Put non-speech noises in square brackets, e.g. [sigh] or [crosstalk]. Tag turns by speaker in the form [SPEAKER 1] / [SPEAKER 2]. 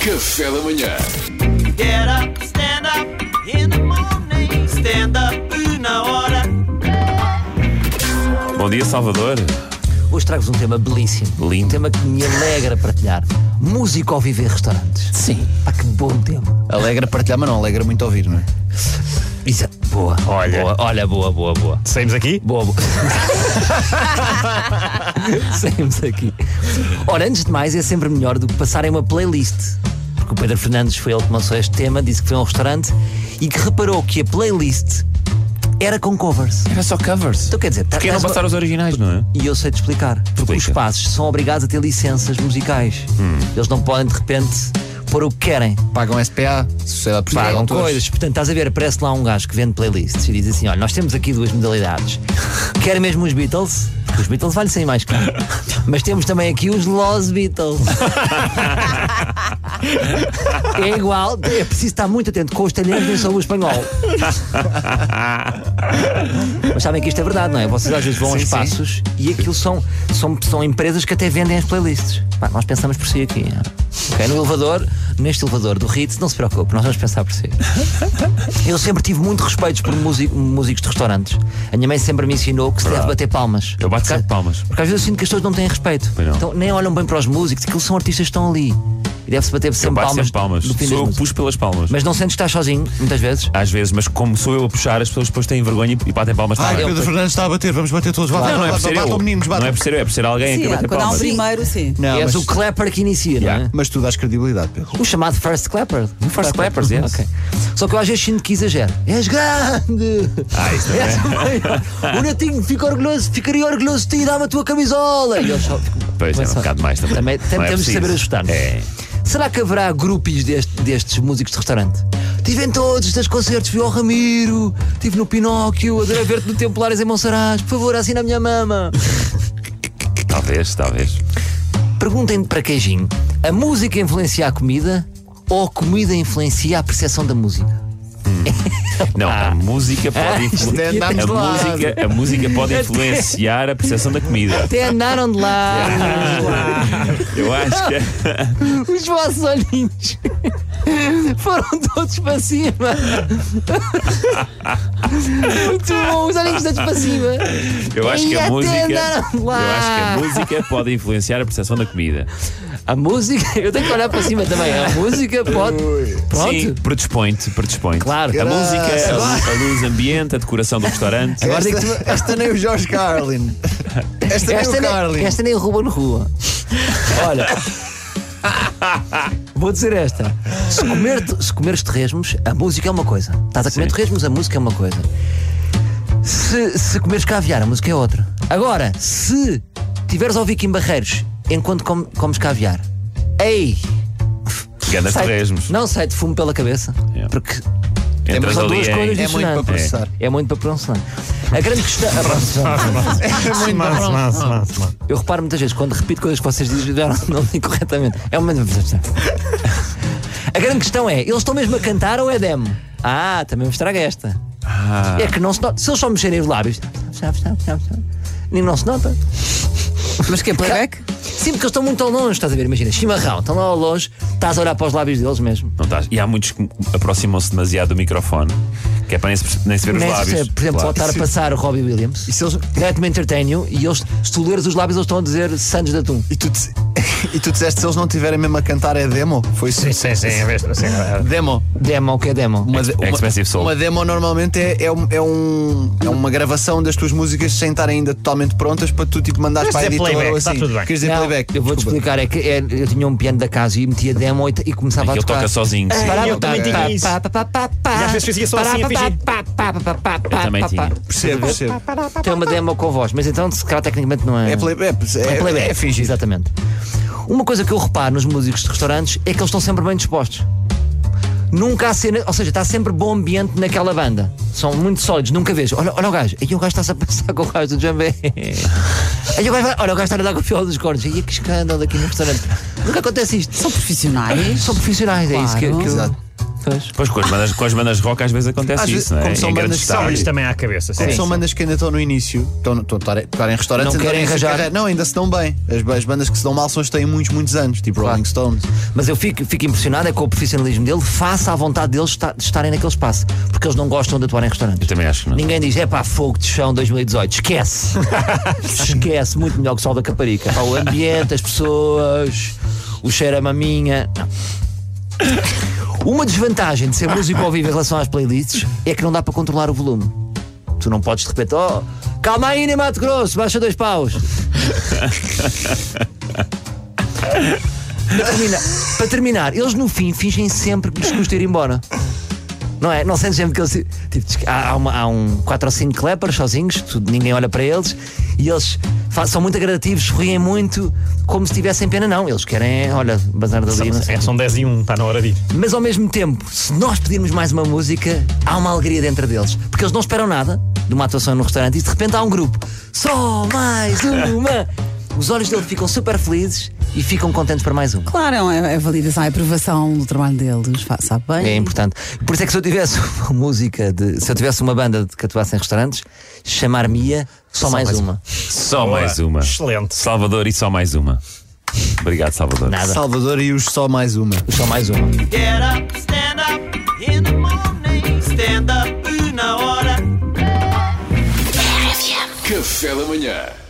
[SPEAKER 1] Café da manhã.
[SPEAKER 2] Get up, stand up in the morning. Stand up na hora.
[SPEAKER 3] Bom dia, Salvador.
[SPEAKER 4] Hoje trago-vos um tema belíssimo.
[SPEAKER 3] Lindo.
[SPEAKER 4] Um tema que me alegra partilhar. Música ao viver restaurantes.
[SPEAKER 5] Sim.
[SPEAKER 4] Pá, que bom tema.
[SPEAKER 5] Alegra partilhar, mas não alegra muito ouvir, não é?
[SPEAKER 4] Isso é- Boa.
[SPEAKER 3] Olha.
[SPEAKER 4] Boa, olha, boa, boa, boa.
[SPEAKER 3] Saímos aqui?
[SPEAKER 5] [laughs]
[SPEAKER 4] Boa, boa. Saímos aqui. Ora, antes de mais, é sempre melhor do que passarem uma playlist. Porque o Pedro Fernandes foi ele que lançou este tema, disse que foi a um restaurante e que reparou que a playlist era com covers.
[SPEAKER 5] Era só covers.
[SPEAKER 4] Então quer dizer,
[SPEAKER 3] Porque não
[SPEAKER 4] traz uma-
[SPEAKER 3] passaram os originais, não é?
[SPEAKER 4] E eu sei te explicar. Porque
[SPEAKER 3] Explica.
[SPEAKER 4] os espaços são obrigados a ter licenças musicais. Eles não podem, de repente, pôr o que querem.
[SPEAKER 5] Pagam SPA, Sociedade Portuguesa de
[SPEAKER 4] Pagam
[SPEAKER 5] Autores.
[SPEAKER 4] coisas. Portanto, estás a ver, aparece lá um gajo que vende playlists e diz assim: olha, nós temos aqui duas modalidades. Quer mesmo os Beatles? porque Os Beatles vale sair mais caro. Mas temos também aqui os Los Beatles. É igual, é preciso estar muito atento com os talheres, nem só o espanhol. Mas sabem que isto é verdade, não é? Vocês às vezes vão aos
[SPEAKER 5] Sim, sim.
[SPEAKER 4] espaços e aquilo são, são, são empresas que até vendem as playlists. Pá, nós pensamos por si aqui. é. ok? No elevador, neste elevador do Ritz, não se preocupe, nós vamos pensar por
[SPEAKER 3] [laughs]
[SPEAKER 4] si. Eu sempre tive muito respeito por músi- músicos de restaurantes. A minha mãe sempre me ensinou que se deve bater palmas.
[SPEAKER 3] Eu bato sempre palmas.
[SPEAKER 4] Porque às vezes eu sinto que as pessoas não têm respeito.
[SPEAKER 3] Pois não.
[SPEAKER 4] Então nem olham bem para os músicos, aquilo são artistas que estão ali. E deve-se bater
[SPEAKER 3] Eu
[SPEAKER 4] sempre
[SPEAKER 3] bato
[SPEAKER 4] palmas,
[SPEAKER 3] sempre palmas.
[SPEAKER 4] no fim das
[SPEAKER 3] Sou eu que
[SPEAKER 4] músicas.
[SPEAKER 3] pus pelas palmas.
[SPEAKER 4] Mas não sentes que estás sozinho, muitas vezes?
[SPEAKER 3] Às vezes, mas como sou eu a puxar, as pessoas depois têm vergonha e- e batem palmas
[SPEAKER 5] Ai,
[SPEAKER 3] também.
[SPEAKER 5] Pedro Fernandes está a bater, vamos bater todos. Vá,
[SPEAKER 3] Não, não é por ser eu.
[SPEAKER 5] Batam, meninos,
[SPEAKER 3] Não
[SPEAKER 5] batam.
[SPEAKER 3] é por ser eu, é por ser alguém que
[SPEAKER 6] Sim,
[SPEAKER 3] bate
[SPEAKER 6] quando há um
[SPEAKER 3] palmas.
[SPEAKER 6] primeiro, sim.
[SPEAKER 5] Não,
[SPEAKER 4] És
[SPEAKER 5] mas,
[SPEAKER 4] o clapper que inicia, não
[SPEAKER 3] Yeah.
[SPEAKER 4] é?
[SPEAKER 5] mas tu dás credibilidade, Pedro.
[SPEAKER 4] O chamado first clapper.
[SPEAKER 3] Um First clappers, yes.
[SPEAKER 4] Ok. Só que eu às vezes sinto que exagero. És grande!
[SPEAKER 3] Ah, isso também.
[SPEAKER 4] És o maior. O Natinho fica orgulhoso, ficaria orgulhoso de ti, dá-me a tua camisola! E eu só fico-
[SPEAKER 3] Pois é, um
[SPEAKER 4] Começa-
[SPEAKER 3] bocado mais também.
[SPEAKER 4] Também
[SPEAKER 3] Não é
[SPEAKER 4] temos de
[SPEAKER 3] preciso.
[SPEAKER 4] saber ajustar-nos.
[SPEAKER 3] É.
[SPEAKER 4] Será que haverá grupos destes músicos de restaurante? Tive em todos os teus concertos, fui ao Ramiro, estive no Pinóquio, adorei ver-te no Templários em Monsaraz, por favor, assina a minha mama.
[SPEAKER 3] Talvez, talvez.
[SPEAKER 4] Perguntem para queijinho: a música influencia a comida ou a comida influencia a percepção da música?
[SPEAKER 3] Não, a música pode influ-
[SPEAKER 5] é-
[SPEAKER 3] a
[SPEAKER 5] andamos lá.
[SPEAKER 3] música- A música pode influenciar a percepção da comida.
[SPEAKER 4] Até andaram é de lá.
[SPEAKER 3] Eu acho que.
[SPEAKER 4] Os vossos olhinhos foram todos para cima. Muito bom, os olhinhos todos para cima.
[SPEAKER 3] Eu acho que
[SPEAKER 4] E
[SPEAKER 3] a
[SPEAKER 4] até
[SPEAKER 3] música.
[SPEAKER 4] andaram
[SPEAKER 3] Eu
[SPEAKER 4] lá.
[SPEAKER 3] acho que a música pode influenciar a percepção da comida.
[SPEAKER 4] A música, eu tenho que olhar para cima também. A música pode. Pronto.
[SPEAKER 3] Sim, predispõe-te, predispõe-te.
[SPEAKER 4] Claro.
[SPEAKER 3] A música, a luz, a luz ambiente, a decoração do restaurante.
[SPEAKER 4] Agora tem que-
[SPEAKER 5] Esta, esta nem o Jorge Carlin. Esta, nem
[SPEAKER 4] Esta
[SPEAKER 5] o Carlin.
[SPEAKER 4] nem, esta nem rouba no rua. Olha. Vou dizer esta. Se, comer, se comeres torresmos, a música é uma coisa. Estás a comer
[SPEAKER 3] Sim.
[SPEAKER 4] torresmos, a música é uma coisa. Se, se comeres caviar, a música é outra. Agora, se tiveres a ouvir Kim Barreiros enquanto com- comes caviar, ei!
[SPEAKER 3] Ganda
[SPEAKER 4] sai-
[SPEAKER 3] torresmos.
[SPEAKER 4] não sai de fumo pela cabeça.
[SPEAKER 3] Yeah.
[SPEAKER 4] Porque
[SPEAKER 3] Entras
[SPEAKER 4] são
[SPEAKER 3] ali
[SPEAKER 4] duas coisas
[SPEAKER 3] em...
[SPEAKER 5] É muito para
[SPEAKER 4] dissonantes.
[SPEAKER 5] processar.
[SPEAKER 4] É muito para pronunciar. A grande questão.
[SPEAKER 3] [laughs]
[SPEAKER 4] a pronunciar. Eu reparo muitas vezes, quando repito coisas que vocês dizem, já não digo corretamente. É uma. A grande questão é: eles estão mesmo a cantar ou é demo? Ah, também me estraga esta.
[SPEAKER 3] Ah.
[SPEAKER 4] É que não se nota. Se eles só mexerem os lábios. Nem não se nota.
[SPEAKER 6] Mas que é playback?
[SPEAKER 4] Sim, porque eles estão muito ao longe, estás a ver? Imagina, chimarrão, estão lá ao longe, estás a olhar para os lábios deles mesmo.
[SPEAKER 3] Não estás. E há muitos que aproximam-se demasiado do microfone, que é para nem se, perce- nem se ver os
[SPEAKER 4] Nem se
[SPEAKER 3] lábios.
[SPEAKER 4] percebe. por exemplo,
[SPEAKER 3] Claro.
[SPEAKER 4] pode estar a passar o Robbie Williams.
[SPEAKER 5] se eles-
[SPEAKER 4] Let me entertain you. E eles, se tu leres os lábios, eles estão a dizer Santos de Atum.
[SPEAKER 5] E tu, dis- [laughs] e tu disseste se eles não tiverem mesmo a cantar é demo? Foi isso? Sim, sim, sim. Demo.
[SPEAKER 4] Demo, o que é demo?
[SPEAKER 5] Uma, de-
[SPEAKER 3] Ex- Expensive Soul.
[SPEAKER 5] uma demo normalmente é, é, um, é, um- é uma gravação das tuas músicas sem estarem ainda totalmente prontas para tu tipo mandares para a
[SPEAKER 3] é
[SPEAKER 5] editora ou assim. Queres dizer
[SPEAKER 4] Não,
[SPEAKER 5] playback?
[SPEAKER 4] Eu vou-te
[SPEAKER 5] Desculpa.
[SPEAKER 4] explicar, é que é, eu tinha um piano da casa e metia demo e, e começava
[SPEAKER 3] Ele
[SPEAKER 4] a tocar.
[SPEAKER 3] toca sozinho. sim.
[SPEAKER 4] Parava,
[SPEAKER 7] eu também
[SPEAKER 4] pá,
[SPEAKER 7] tinha
[SPEAKER 4] pá,
[SPEAKER 7] isso.
[SPEAKER 4] pá, pá, pá, pá,
[SPEAKER 7] às vezes fazia só
[SPEAKER 4] pá,
[SPEAKER 7] assim,
[SPEAKER 4] pá,
[SPEAKER 7] a fingir.
[SPEAKER 4] pá, pá, pá, pá, pá, pá,
[SPEAKER 3] também
[SPEAKER 4] pá, pá.
[SPEAKER 3] tinha.
[SPEAKER 5] Percebo, percebo.
[SPEAKER 4] Tem uma demo com voz, mas então se calhar tecnicamente não é.
[SPEAKER 5] É playback.
[SPEAKER 4] É playback.
[SPEAKER 5] É, é fingir.
[SPEAKER 4] Exatamente. Uma coisa que eu reparo nos músicos de restaurantes é que eles estão sempre bem dispostos. Nunca há cena, ou seja, está sempre bom ambiente naquela banda. São muito sólidos, nunca vês. Olha, olha o gajo, aí o gajo está-se a passar [laughs] com o gajo do jambé. Aí o gajo vai, olha o gajo está a dar com o fio dos cornos. Aí que escândalo aqui no restaurante. Nunca acontece isto.
[SPEAKER 6] São profissionais.
[SPEAKER 4] São profissionais, é isso que,
[SPEAKER 6] Claro.
[SPEAKER 4] que eu-
[SPEAKER 5] Exato.
[SPEAKER 4] Pois.
[SPEAKER 3] Pois com as bandas, com as bandas rock às vezes acontece
[SPEAKER 5] Às vezes,
[SPEAKER 3] isso, não é?
[SPEAKER 5] como são
[SPEAKER 3] em grande
[SPEAKER 5] bandas que são,
[SPEAKER 3] estádio.
[SPEAKER 1] Isto também à
[SPEAKER 7] assim.
[SPEAKER 1] cabeça.
[SPEAKER 5] Como
[SPEAKER 1] sim.
[SPEAKER 5] são bandas que ainda estão no início, estão, estão a tocar- tocar em restaurantes,
[SPEAKER 4] Não
[SPEAKER 5] ainda
[SPEAKER 4] querem
[SPEAKER 5] têm essa
[SPEAKER 4] arranjar.
[SPEAKER 5] carreira. Não, ainda se dão bem. As, as bandas que se dão mal são as que têm muitos, muitos anos, tipo Rolling Stones.
[SPEAKER 4] Mas eu fico, fico impressionado é com o profissionalismo dele, face à vontade deles esta- de estarem naquele espaço, porque eles não gostam de atuar em
[SPEAKER 3] Eu
[SPEAKER 4] restaurantes.
[SPEAKER 3] também acho que não.
[SPEAKER 4] Ninguém diz, é pá, fogo de chão 2018, esquece! esquece, muito melhor que o sol da Caparica. Pá, o ambiente, as pessoas, o cheiro a maminha. Não. Uma desvantagem de ser músico ao vivo em relação às playlists é que não dá para controlar o volume. Tu não podes de repente, oh, calma aí, né, Mato Grosso, baixa dois paus. para, terminar, para terminar, eles no fim fingem sempre que lhes custa ir embora. Não é? Não sentes sempre que eles. Tipo, diz que há, há uma- há um 4 ou 5 clappers sozinhos, tu- ninguém olha para eles e eles fa- são muito agradativos, sorriem muito, como se tivessem pena, não. Eles querem, olha, bazar dali. não sei.
[SPEAKER 1] É, são 10 e 1, está na hora de ir.
[SPEAKER 4] Mas ao mesmo tempo, se nós pedirmos mais uma música, há uma alegria dentro deles. Porque eles não esperam nada de uma atuação no restaurante e de repente há um grupo. Só mais
[SPEAKER 1] [laughs]
[SPEAKER 4] uma! Os olhos dele ficam super felizes e ficam contentes para mais uma.
[SPEAKER 6] Claro, é, é validação, é aprovação do trabalho deles, fa- sabe bem?
[SPEAKER 4] É importante. Por isso é que se eu tivesse [laughs] uma música de. Se eu tivesse uma banda de que atuasse em restaurantes, chamar-me-ia só, mais, uma.
[SPEAKER 3] Só
[SPEAKER 1] Boa.
[SPEAKER 3] mais uma.
[SPEAKER 1] Excelente.
[SPEAKER 3] Salvador e só mais uma. Obrigado, Salvador.
[SPEAKER 4] Nada.
[SPEAKER 5] Salvador e os Só Mais Uma.
[SPEAKER 4] Só mais uma.
[SPEAKER 2] Get up, stand up in the morning. Stand up, una hora.
[SPEAKER 7] Café da manhã.